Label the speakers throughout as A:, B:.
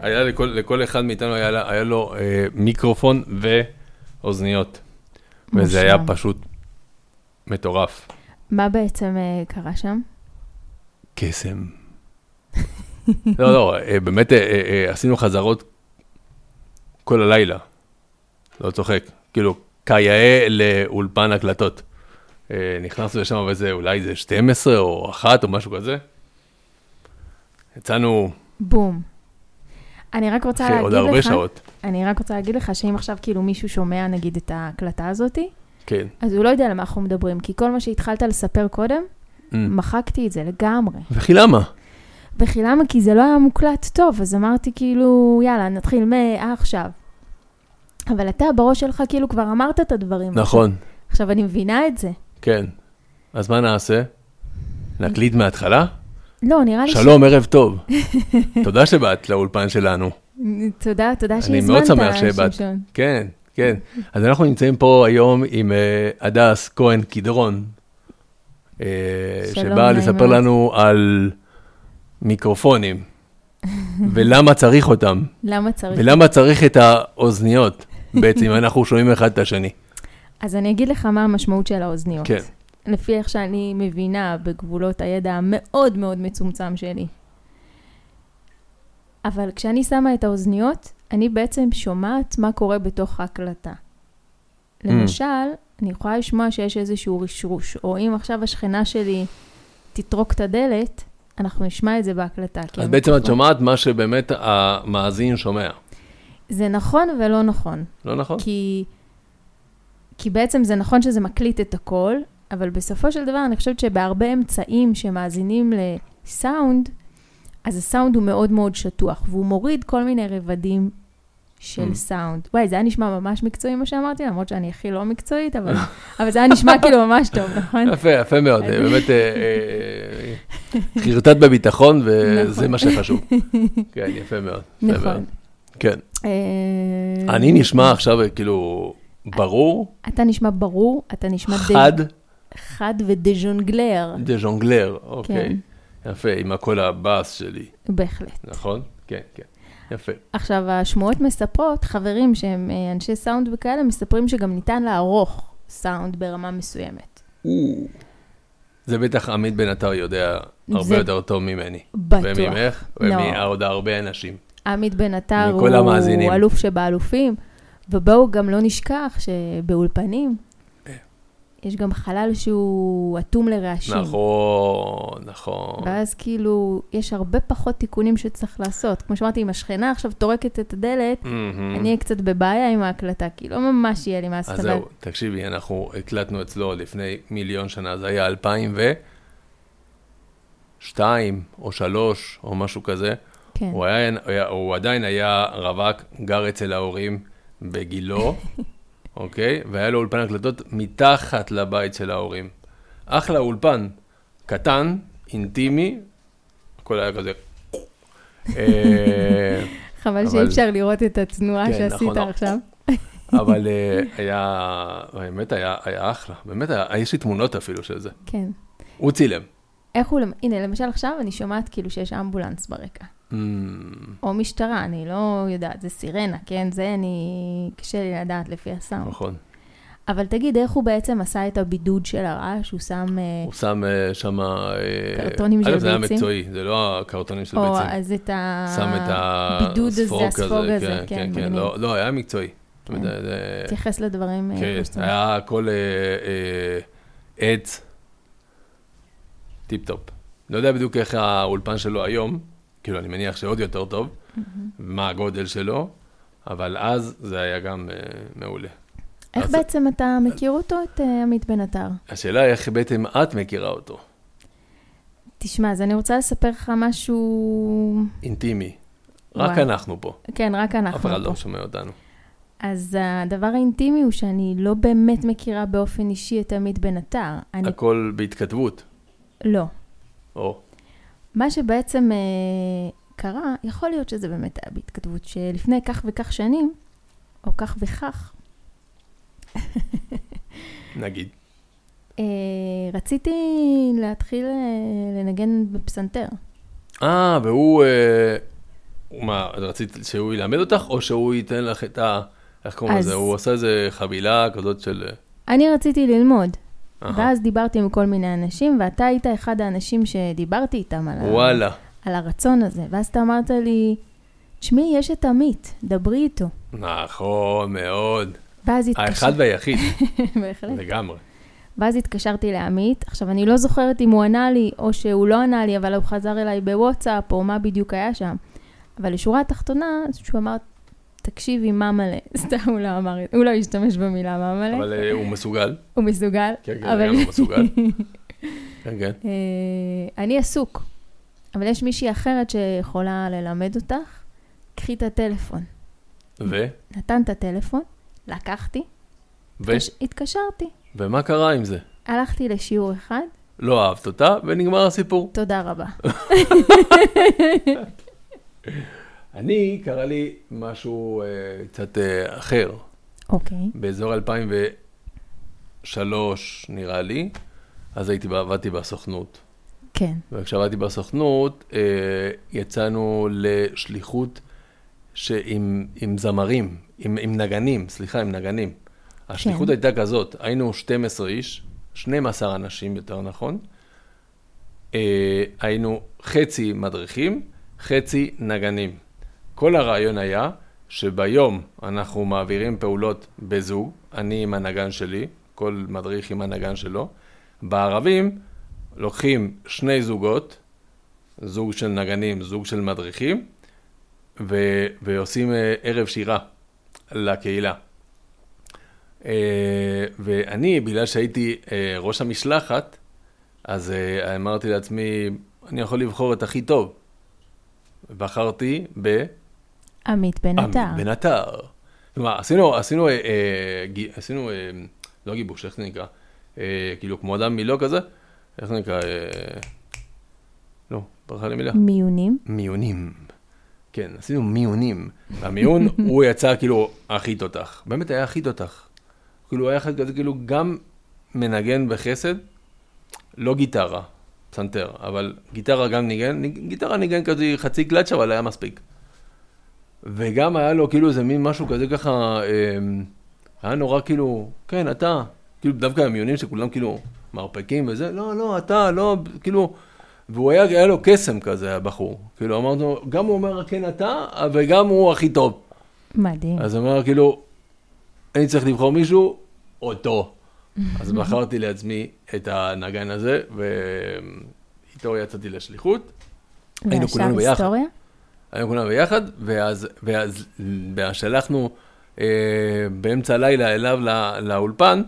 A: היה לכל, לכל אחד מאיתנו היה, לה- היה לו אה, מיקרופון ואוזניות. וזה היה
B: מושלם.
A: פשוט מטורף.
B: מה בעצם אה, קרה שם?
A: קסם. לא, לא, אה, באמת אה, אה, אה, עשינו חזרות כל הלילה. לא צוחק. כאילו, כיאה לאולפן הקלטות. אה, נכנסנו לשם וזה, אולי זה 12 או 1 או משהו כזה. יצאנו
B: בום. אני רק רוצה
A: אחרי
B: להגיד
A: עוד
B: לך,
A: הרבה שעות.
B: אני רק רוצה להגיד לך שאם עכשיו כאילו מישהו שומע נגיד את ההקלטה הזאתי,
A: כן.
B: אז הוא לא יודע על מה אנחנו מדברים, כי כל מה שהתחלת לספר קודם,
A: Mm.
B: מחקתי את זה לגמרי.
A: וכי למה?
B: וכי למה? כי זה לא היה מוקלט טוב, אז אמרתי כאילו, יאללה, נתחיל מעכשיו. אבל אתה בראש שלך כאילו כבר אמרת את הדברים.
A: נכון,
B: עכשיו אני מבינה את זה.
A: כן. אז מה נעשה? נקליט מההתחלה?
B: לא, נראה לי
A: שלום, ערב טוב. תודה שבאת לאולפן שלנו.
B: תודה, תודה
A: אני
B: שהזמנת.
A: מאוד שמח שבאת.
B: שמשון.
A: כן, כן. אז אנחנו נמצאים פה היום עם אה, הדס כהן קדרון, אה,
B: שלום,
A: שבאה
B: נעים
A: לספר
B: מאוד.
A: לנו על מיקרופונים, ולמה צריך אותם,
B: למה צריך?
A: ולמה צריך את האוזניות, בעצם, אם אנחנו שומעים אחד את השני.
B: אז אני אגיד לך מה המשמעות של האוזניות.
A: כן.
B: לפי איך שאני מבינה בגבולות הידע המאוד מאוד מצומצם שלי. אבל כשאני שמה את האוזניות, אני בעצם שומעת מה קורה בתוך ההקלטה.
A: Mm.
B: למשל, אני יכולה לשמוע שיש איזשהו רשרוש, או אם עכשיו השכנה שלי תטרוק את הדלת, אנחנו נשמע את זה בהקלטה. כי
A: אז בעצם את
B: המיקרופון-
A: שומעת מה שבאמת המאזין שומע,
B: זה נכון ולא נכון.
A: לא נכון?
B: כי, כי בעצם זה נכון שזה מקליט את הכל, אבל בסופו של דבר אני חושבת שבהרבה אמצעים שמאזינים לסאונד, אז הסאונד הוא מאוד מאוד שטוח, והוא מוריד כל מיני רבדים של
A: Mm.
B: סאונד. וואי, זה היה נשמע ממש מקצועי מה שאמרתי, למרות שאני הכי לא מקצועית, אבל, אבל זה היה נשמע כאילו ממש טוב, נכון?
A: יפה, יפה מאוד,
B: אני-
A: באמת אה, אה, אה, חרטט בביטחון, וזה
B: נכון.
A: מה שחשוב. כן, יפה מאוד. יפה מאוד.
B: נכון.
A: כן.
B: אה,
A: אני נשמע עכשיו אה, כאילו ברור,
B: אתה נשמע ברור, אתה נשמע די-
A: חד,
B: חד ודז'ונגלר,
A: דה ז'ונגלר, אוקיי.
B: כן.
A: יפה, עם הקול הבאס שלי,
B: בהחלט.
A: נכון? כן, כן. יפה.
B: עכשיו, השמועות מספרות, חברים שהם אה, אנשי סאונד וכאלה, מספרים שגם ניתן לערוך סאונד ברמה מסוימת.
A: זה בטח עמית בן עטר יודע
B: זה-
A: הרבה יותר טוב ממני.
B: בטוח.
A: וממך,
B: לא.
A: ומעוד הרבה אנשים.
B: עמית בן עטר
A: מכל המאזינים.
B: הוא אלוף שבאלופים, ובואו גם לא נשכח שבאולפנים
A: אה.
B: יש גם חלל שהוא אטום לרעשים.
A: נכון, נכון.
B: ואז כאילו, יש הרבה פחות תיקונים שצריך לעשות. כמו שאמרתי, אם השכנה עכשיו טורקת את הדלת,
A: מהמם.
B: אני אהיה קצת בבעיה עם ההקלטה, כי לא ממש יהיה לי מה לעשות.
A: Mm. אז
B: אבל-
A: זהו, תקשיבי, אנחנו הקלטנו אצלו לפני מיליון שנה, זה היה 2002 או 3 או משהו כזה.
B: כן.
A: הוא, היה, היה- הוא עדיין היה רווק, גר אצל ההורים בגילו, אוקיי? והיה לו אולפן הקלטות מתחת לבית של ההורים. אחלה אולפן, קטן, אינטימי, הכל היה כזה... אה,
B: חבל
A: אבל-
B: שאי אפשר לראות את התנועה
A: כן,
B: שעשית
A: נכון.
B: עכשיו.
A: אבל אה, היה, האמת היה, היה אחלה, באמת היה, יש לי תמונות אפילו של זה.
B: כן.
A: הוא צילם.
B: איך הוא, למ- הנה, למשל עכשיו אני שומעת כאילו שיש אמבולנס ברקע.
A: Mm,
B: או משטרה, אני לא יודעת, זה סירנה, כן? זה אני... קשה לי לדעת לפי הסאונד.
A: נכון.
B: אבל תגיד, איך הוא בעצם עשה את הבידוד של הרעש? הוא שם... אה,
A: הוא שם אה, שם... אה,
B: קרטונים של
A: אגב, זה היה
B: ביצים?
A: מקצועי, זה לא הקרטונים של
B: או
A: ביצים.
B: אז את
A: שם את
B: הבידוד הזה,
A: הספוג
B: הספוג
A: הזה,
B: הזה, כן,
A: כן,
B: מגניב.
A: לא, לא, היה מקצועי. זאת אומרת,
B: כן.
A: זה-
B: תתייחס לדברים. אה,
A: כן,
B: כמו שאתה אומר.
A: היה הכל אה, אה, עץ, טיפ-טופ. לא יודע בדיוק איך האולפן שלו היום, כאילו, אני מניח שעוד יותר טוב, מה הגודל שלו, אבל אז זה היה גם אה, מעולה.
B: איך
A: אז-
B: בעצם אתה מכיר אותו, את אה, עמית בן עטר?
A: השאלה היא איך בעצם את מכירה אותו,
B: תשמע, אז אני רוצה לספר לך משהו...
A: אינטימי. רק
B: וואי.
A: אנחנו פה,
B: כן, רק אנחנו
A: אף
B: פה.
A: אחד לא שומע אותנו.
B: אז הדבר האינטימי הוא שאני לא באמת מכירה באופן אישי את עמית בן עטר. אני...
A: הכל בהתכתבות,
B: לא.
A: או,
B: מה שבעצם אה, קרה, יכול להיות שזה באמת היה בהתכתבות שלפני כך וכך שנים, או כך וכך,
A: נגיד.
B: אה, רציתי להתחיל אה, לנגן בפסנתר.
A: אה, והוא... אה, מה, את רצית שהוא ילמד אותך, או שהוא ייתן לך את ה... איך קוראים
B: אז-
A: לזה? הוא עושה איזה חבילה כזאת של... אה,
B: אני רציתי ללמוד,
A: אהה.
B: ואז דיברתי עם כל מיני אנשים, ואתה היית אחד האנשים שדיברתי איתם על, ה...
A: וואלה.
B: על הרצון הזה, ואז אתה אמרת לי, תשמעי, יש את עמית, דברי איתו.
A: נכון מאוד.
B: ואז
A: האחד
B: התקשרתי,
A: והיחיד,
B: בהחלט.
A: לגמרי.
B: ואז התקשרתי לעמית, עכשיו אני לא זוכרת אם הוא ענה לי או שהוא לא ענה לי, אבל הוא חזר אליי בוואטסאפ או מה בדיוק היה שם. אבל לשורה התחתונה, שהוא אמר, תקשיבי, מה מלא. סתם הוא לא אמר, הוא לא השתמש במילה מה מלא.
A: אבל אה, הוא מסוגל.
B: הוא מסוגל.
A: כן, כן,
B: אבל-
A: לגמרי מסוגל. כן, כן.
B: אה, אני עסוק, אבל יש מישהי אחרת שיכולה ללמד אותך, קחי את הטלפון.
A: ו?
B: נתן את הטלפון, לקחתי,
A: ו?
B: התקש- התקשרתי.
A: ומה קרה עם זה?
B: הלכתי לשיעור אחד,
A: לא אהבת אותה, ונגמר הסיפור.
B: תודה רבה.
A: אני, קרה לי משהו אה, קצת אה, אחר.
B: אוקיי,
A: באזור 2003, נראה לי, אז הייתי, עבדתי בסוכנות.
B: כן.
A: וכשעבדתי בסוכנות, אה, יצאנו לשליחות ש... עם, עם זמרים, עם, עם נגנים, סליחה, עם נגנים. השליחות
B: כן.
A: הייתה כזאת, היינו 12 איש, 12 אנשים יותר נכון, אה, היינו חצי מדריכים, חצי נגנים. כל הרעיון היה שביום אנחנו מעבירים פעולות בזוג, אני עם הנגן שלי, כל מדריך עם הנגן שלו. בערבים לוקחים שני זוגות, זוג של נגנים, זוג של מדריכים, ו- ועושים אה, ערב שירה לקהילה. אה, ואני, בגלל שהייתי אה, ראש המשלחת, אז אה, אמרתי לעצמי, אני יכול לבחור את הכי טוב. בחרתי ב...
B: עמית בן עטר.
A: בן עטר. כלומר, עשינו, עשינו, אה, אה, גי- עשינו, אה, לא גיבוש, איך זה נקרא? אה, כאילו, כמו אדם מילוא כזה? איך זה נקרא? אה, לא, ברכה למילה.
B: מיונים.
A: מיונים. כן, עשינו מיונים. והמיון, הוא יצא כאילו הכי תותח. באמת היה הכי תותח. כאילו, הוא היה אחד כזה, כאילו, גם מנגן בחסד, לא גיטרה, פסנתר, אבל גיטרה גם ניגן, ניג- גיטרה ניגן כזה חצי קלאץ', אבל היה מספיק. וגם היה לו כאילו איזה מין משהו כזה ככה, אמ, היה נורא כאילו, כן, אתה, כאילו דווקא המיונים שכולם כאילו מרפקים וזה, לא, לא, אתה, לא, כאילו, והוא היה, היה לו קסם כזה, הבחור. כאילו, אמרנו, גם הוא אומר כן אתה, וגם הוא הכי טוב.
B: מדהים.
A: אז אמר, כאילו, אני צריך לבחור מישהו, אותו. אז בחרתי לעצמי את הנגן הזה, ואיתו יצאתי לשליחות. היינו כולנו ביחד.
B: היסטוריה?
A: היינו כולנו ביחד, ואז, ואז, ואז שלחנו אה, באמצע הלילה אליו לא, לאולפן,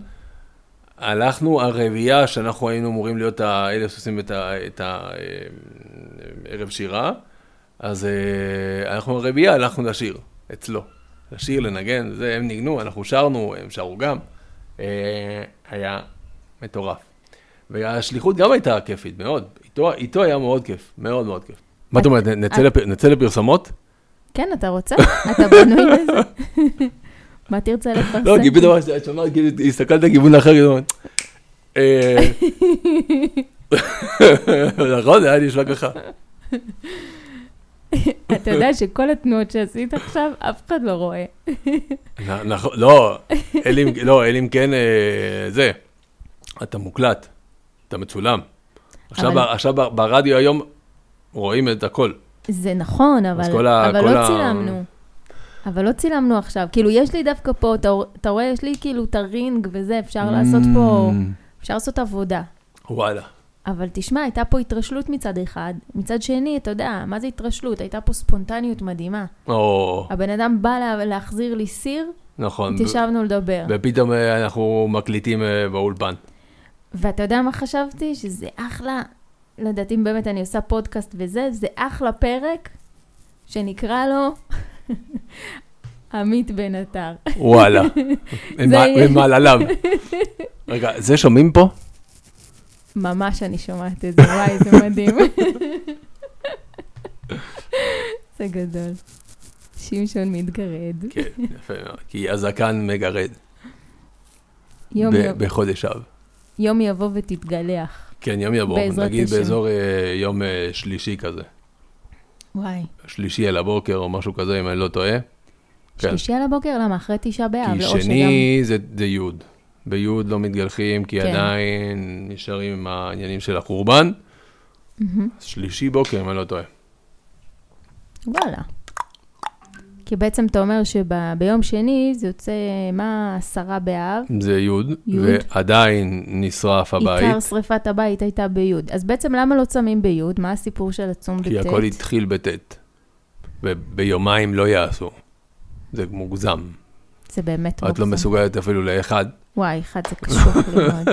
A: הלכנו הרביעייה שאנחנו היינו אמורים להיות ה- אלה שעושים את ה- את הערב שירה, אז אה, אנחנו הרביעייה הלכנו לשיר, אצלו. לשיר, לנגן, זה, הם ניגנו, אנחנו שרנו, הם שרו גם. אה, היה מטורף. והשליחות גם הייתה כיפית מאוד, איתו, איתו היה מאוד כיף, מאוד מאוד כיף. מה את אומרת, נצא לפ- נצא לפרסומות?
B: כן, אתה רוצה? אתה בנוי לזה? מה תרצה לפרסם?
A: לא, כי פתאום את שומעת, כאילו, הסתכלת לכיוון אחר, כאילו, אה, נכון, זה היה נשמע ככה.
B: אתה יודע שכל התנועות שעשית עכשיו, אף אחד לא רואה.
A: נ- נכון, לא, אלא אם- לא, אלא אם כן, אה, זה, אתה מוקלט, אתה מצולם. עכשיו
B: אבל-
A: ב- עכשיו ב- ברדיו היום רואים את הכל.
B: זה נכון, אבל
A: כל ה-
B: אבל
A: כל
B: לא
A: ה-
B: צילמנו. אבל לא צילמנו עכשיו. כאילו, יש לי דווקא פה, אתה רוא- אתה רואה, יש לי כאילו את הרינג וזה,
A: Mm.
B: אפשר לעשות פה, אפשר לעשות עבודה.
A: וואלה.
B: אבל תשמע, הייתה פה התרשלות מצד אחד. מצד שני, אתה יודע, מה זה התרשלות? הייתה פה ספונטניות מדהימה.
A: או,
B: הבן אדם בא לה- להחזיר לי סיר,
A: נכון.
B: התיישבנו לדבר.
A: ופתאום אה, אנחנו מקליטים אה, באולפן.
B: ואתה יודע מה חשבתי? שזה אחלה, לא יודעת אם באמת אני עושה פודקאסט וזה, זה אחלה פרק שנקרא לו עמית בן עטר.
A: וואלה.
B: זה יהיה-
A: עם מעלליו. רגע, זה שומעים פה?
B: ממש אני שומעת את זה, וואי, זה מדהים. זה גדול. שמשון מתגרד,
A: כן, יפה מאוד. כי הזקן מגרד
B: יום,
A: ב-
B: יום,
A: בחודש אב.
B: יום יבוא ותתגלח.
A: כן, יום יבוא.
B: בעזרת
A: נגיד
B: השם.
A: באזור אה, יום אה, שלישי כזה.
B: וואי.
A: שלישי על הבוקר או משהו כזה, אם אני לא טועה. כן.
B: שלישי על הבוקר? למה? אחרי תשעה באב.
A: כי
B: לא, אה, או
A: שני זה, זה יוד. ביוד לא מתגלחים, כי
B: כן.
A: עדיין נשארים עם העניינים של החורבן.
B: שגם- מהמם.
A: שלישי בוקר, אם אני לא טועה.
B: וואלה. כי בעצם אתה אומר שביום שני זה יוצא, מה, עשרה באב?
A: זה יוד,
B: יוד.
A: ועדיין נשרף הבית.
B: עיקר שריפת הבית הייתה ביוד. אז בעצם למה לא צמים ביוד? מה הסיפור של הצום בט'?
A: כי הכל התחיל בט'. וביומיים לא יעשו. זה מוגזם.
B: זה באמת
A: את לא
B: מוגזם.
A: מסוגלת אפילו לאחד.
B: וואי, אחד זה קשור לי מאוד.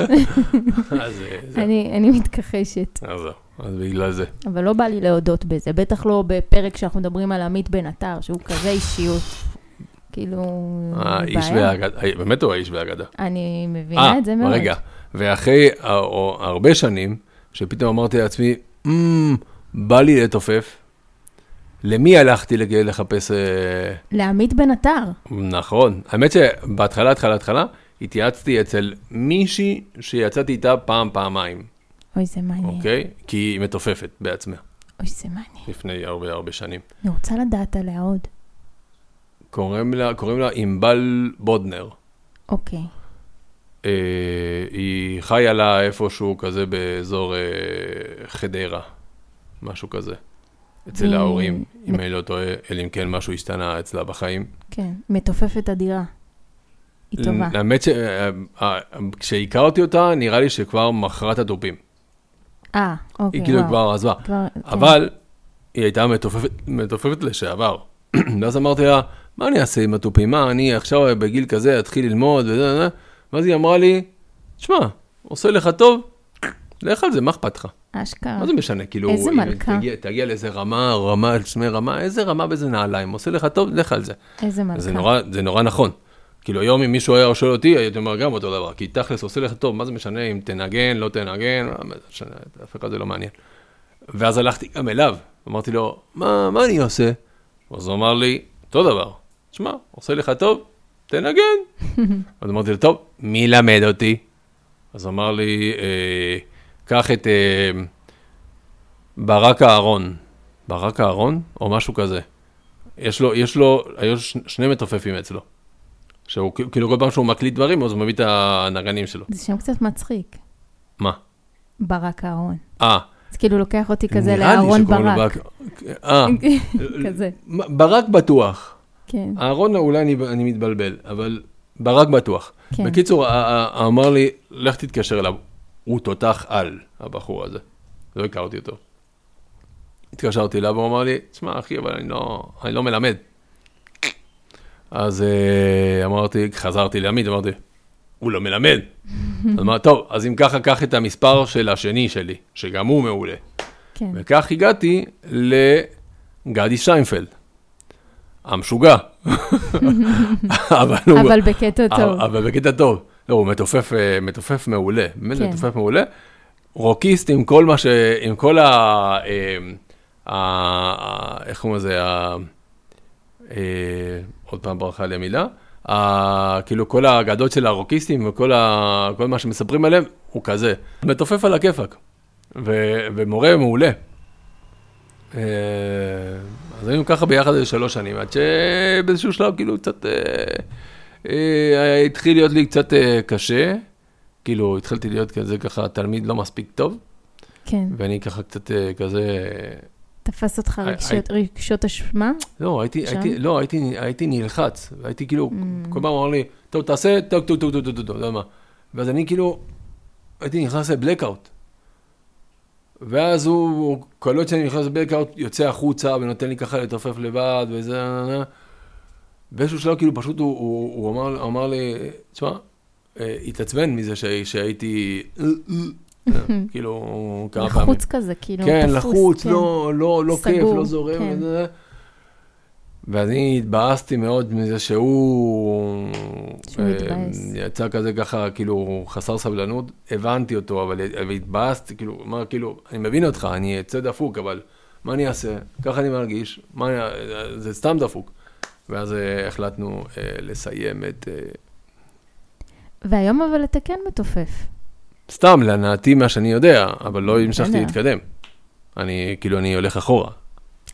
A: אז אה, זה-
B: אני אני מתכחשת,
A: אז זהו. אז בגלל זה.
B: אבל לא בא לי להודות בזה. בטח לא בפרק שאנחנו מדברים על עמית בן עטר, שהוא כזה אישיות. כאילו,
A: אה, האיש
B: בעיה.
A: והאגדה. אה, באמת הוא האיש והאגדה.
B: אני
A: אה,
B: מבינה את זה מאוד.
A: רגע. ואחרי ה- או- הרבה שנים, שפתאום אמרתי לעצמי, "אמ, בא לי לתופף. למי הלכתי לג- לחפש... אה,
B: לעמית בן עטר.
A: נכון. האמת שבהתחלה, התחלה, התחלה, התייעצתי אצל מישהי שיצאתי איתה פעם, פעמיים,
B: אוי, זה מעניין.
A: אוקיי? כי היא מתופפת בעצמה,
B: אוי, זה מעניין.
A: לפני הרבה הרבה שנים.
B: אני רוצה לדעת עליה עוד.
A: קוראים לה, קוראים לה ענבל בודנר.
B: אוקיי.
A: אה, היא חיה לה איפשהו כזה באזור אה, חדרה, משהו כזה. אצל
B: והיא-
A: ההורים,
B: אוקיי.
A: אם אני לא טועה, אלא אם כן משהו השתנה אצלה בחיים.
B: כן, מתופפת אדירה. היא טובה.
A: האמת שכשהכרתי אה, אותה, נראה לי שכבר מכרה את התופים.
B: אה, אוקיי,
A: היא כאילו
B: וואו.
A: כבר עזבה.
B: כבר, כן.
A: אבל היא הייתה מתופפת, מתופפת לשעבר. ואז אמרתי לה, מה אני אעשה עם התופים? מה, אני עכשיו בגיל כזה אתחיל ללמוד וזה וזה. ואז היא אמרה לי, תשמע, עושה לך טוב, לך על זה, מה אכפת לך?
B: כן, אשכרה.
A: מה זה משנה? כאילו,
B: איזה
A: אם
B: מלכה.
A: תגיע, תגיע לאיזה רמה, רמה, שמי רמה, איזה רמה באיזה נעליים, עושה לך טוב, לך על זה.
B: איזה מלכה.
A: זה נורא, זה נורא נכון. כאילו היום אם מישהו היה שואל אותי, הייתי אומר גם אותו דבר, כי תכלס עושה לך טוב, מה זה משנה אם תנגן, לא תנגן, מה זה משנה, אף אחד זה לא מעניין. ואז הלכתי גם אליו, אמרתי לו, מה, מה אני עושה? אז הוא אמר לי, אותו דבר, שמע, עושה לך טוב, תנגן. אז אמרתי לו, טוב, מי ילמד אותי? אז אמר לי, אה, קח את אה, ברק אהרון, ברק אהרון, או משהו כזה. יש לו, יש לו, היו ש- שני מתופפים אצלו. שהוא כאילו- כאילו כל פעם שהוא מקליט דברים, אז הוא מביא את הנגנים שלו.
B: זה שם קצת מצחיק.
A: מה?
B: ברק אהרון.
A: אה,
B: זה כאילו לוקח אותי כזה
A: נראה לי
B: לאהרון
A: שקוראים לו
B: ברק.
A: ברק. אה,
B: כזה,
A: מ- ברק בטוח.
B: כן.
A: אהרון אולי אני, אני מתבלבל, אבל ברק בטוח.
B: כן.
A: בקיצור, ה- ה- ה- אמר לי, לך תתקשר אליו. הוא תותח על, הבחור הזה. לא הכרתי אותו. התקשרתי אליו, הוא אמר לי, תשמע, אחי, אבל אני לא, אני לא מלמד. אז אה, אמרתי, חזרתי לעמית, אמרתי, הוא לא מלמד. אז אמר, טוב, אז אם ככה, קח את המספר של השני שלי, שגם הוא מעולה.
B: כן.
A: וכך הגעתי לגדי שיינפלד, המשוגע. אבל הוא...
B: אבל בקטע טוב.
A: אבל בקטע טוב. לא, הוא מתופף, אה, מתופף מעולה, באמת
B: כן.
A: מתופף מעולה. רוקיסט עם כל מה ש... עם כל ה... אה, ה... ה- איך קוראים לזה? ה... אה, עוד פעם ברכה לי המילה. ה... כאילו כל האגדות של הרוקיסטים וכל ה... כל מה שמספרים עליהם, הוא כזה. מתופף על הכיפאק. ו... ומורה מעולה. אה, אז היינו ככה ביחד איזה שלוש שנים, עד שבאיזשהו שלב כאילו קצת... אה, אה, התחיל להיות לי קצת אה, קשה, כאילו התחלתי להיות כזה ככה תלמיד לא מספיק טוב,
B: כן.
A: ואני ככה קצת אה, כזה... אה,
B: תפס אותך
A: I-
B: רגשות- רגשות אשמה?
A: לא, הייתי,
B: שם?
A: הייתי, לא, הייתי, הייתי נלחץ, הייתי כאילו,
B: Mm.
A: כל פעם אמר לי, טוב, תעשה, טוב, טוב, טוב, טוב, טוב, טוב, טוב, לא יודע מה. ואז אני כאילו, הייתי נכנס לבלקאוט. ואז הוא, הוא קולט שאני נכנס לבלקאוט, יוצא החוצה ונותן לי ככה לתופף לבד וזה, נה, נה, נה. באיזשהו שלב כאילו פשוט הוא, הוא, הוא אמר, אמר לי, תשמע, אה, התעצבן מזה שה- שהייתי, אה, אה", כאילו, כמה פעמים.
B: לחוץ כזה, כאילו, תפוס.
A: כן, לחוץ,
B: כן.
A: לא, לא, לא כיף,
B: סגור,
A: לא זורם.
B: כן.
A: וזה. ואני התבאסתי מאוד מזה שהוא...
B: שהוא
A: אה,
B: מתבאס.
A: יצא כזה ככה, כאילו, חסר סבלנות. הבנתי אותו, אבל אבל התבאסתי, כאילו, מה, כאילו, אני מבין אותך, אני אצא דפוק, אבל מה אני אעשה? ככה אני מרגיש, מה, אני- זה סתם דפוק. ואז אה, החלטנו אה, לסיים את... אה,
B: והיום אבל אתה כן מתופף.
A: סתם, להנאתי מה שאני יודע, אבל לא המשכתי
B: בסדר.
A: להתקדם. אני, כאילו, אני הולך אחורה.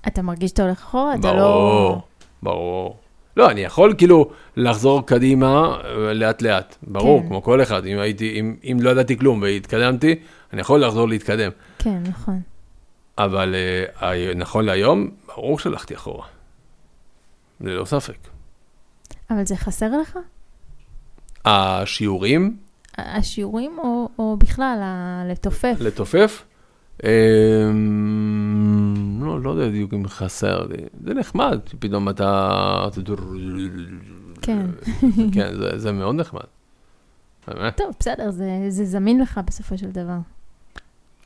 B: אתה מרגיש שאתה הולך אחורה, אתה לא...
A: ברור, ברור. לא, אני יכול כאילו לחזור קדימה אה, לאט-לאט. ברור,
B: כן.
A: כמו כל אחד. אם הייתי, אם, אם לא ידעתי כלום והתקדמתי, אני יכול לחזור להתקדם.
B: כן, נכון.
A: אבל אה, הי- נכון להיום, ברור שהלכתי אחורה. ללא ספק.
B: אבל זה חסר לך?
A: השיעורים
B: ה- השיעורים או, או בכלל ה- לתופף?
A: לתופף, אה, לא, לא יודע בדיוק אם חסר לי. זה נחמד, פתאום אתה...
B: כן.
A: כן, זה, זה מאוד נחמד. באמת?
B: טוב, בסדר, זה, זה זמין לך בסופו של דבר.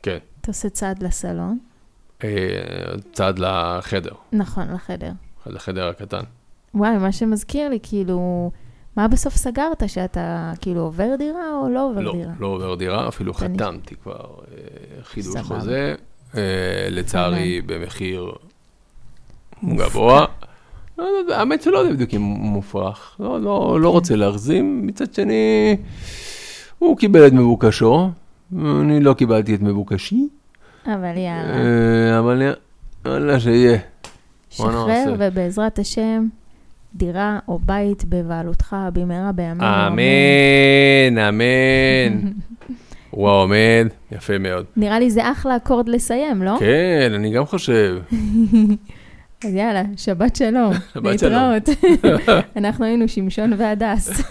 A: כן.
B: אתה עושה צעד לסלון,
A: אה, צעד לחדר,
B: נכון, לחדר.
A: לחדר הקטן.
B: וואי, מה שמזכיר לי, כאילו, מה בסוף סגרת? שאתה כאילו עובר דירה או לא עובר
A: לא,
B: דירה?
A: לא עובר דירה, אפילו
B: אני-
A: חתמתי כבר אה, חידוש
B: סבבה.
A: חוזה, אה, לצערי במחיר גבוה. לא יודע, האמת שלא יודע בדיוק אם הוא מופרך, לא- לא לא רוצה להרזים. מצד שני, הוא קיבל את מבוקשו, אני לא קיבלתי את מבוקשי,
B: אבל יאללה,
A: אה, אבל יאללה שיהיה. בוא
B: שחרר,
A: נעשה.
B: ובעזרת השם, דירה או בית בבעלותך במהרה בימינו.
A: אמן, אמן. הוא העומד, יפה מאוד.
B: נראה לי זה אחלה אקורד לסיים, לא?
A: כן, אני גם חושב.
B: אז יאללה, שבת שלום.
A: שבת שלום.
B: להתראות. אנחנו היינו שמשון והדס.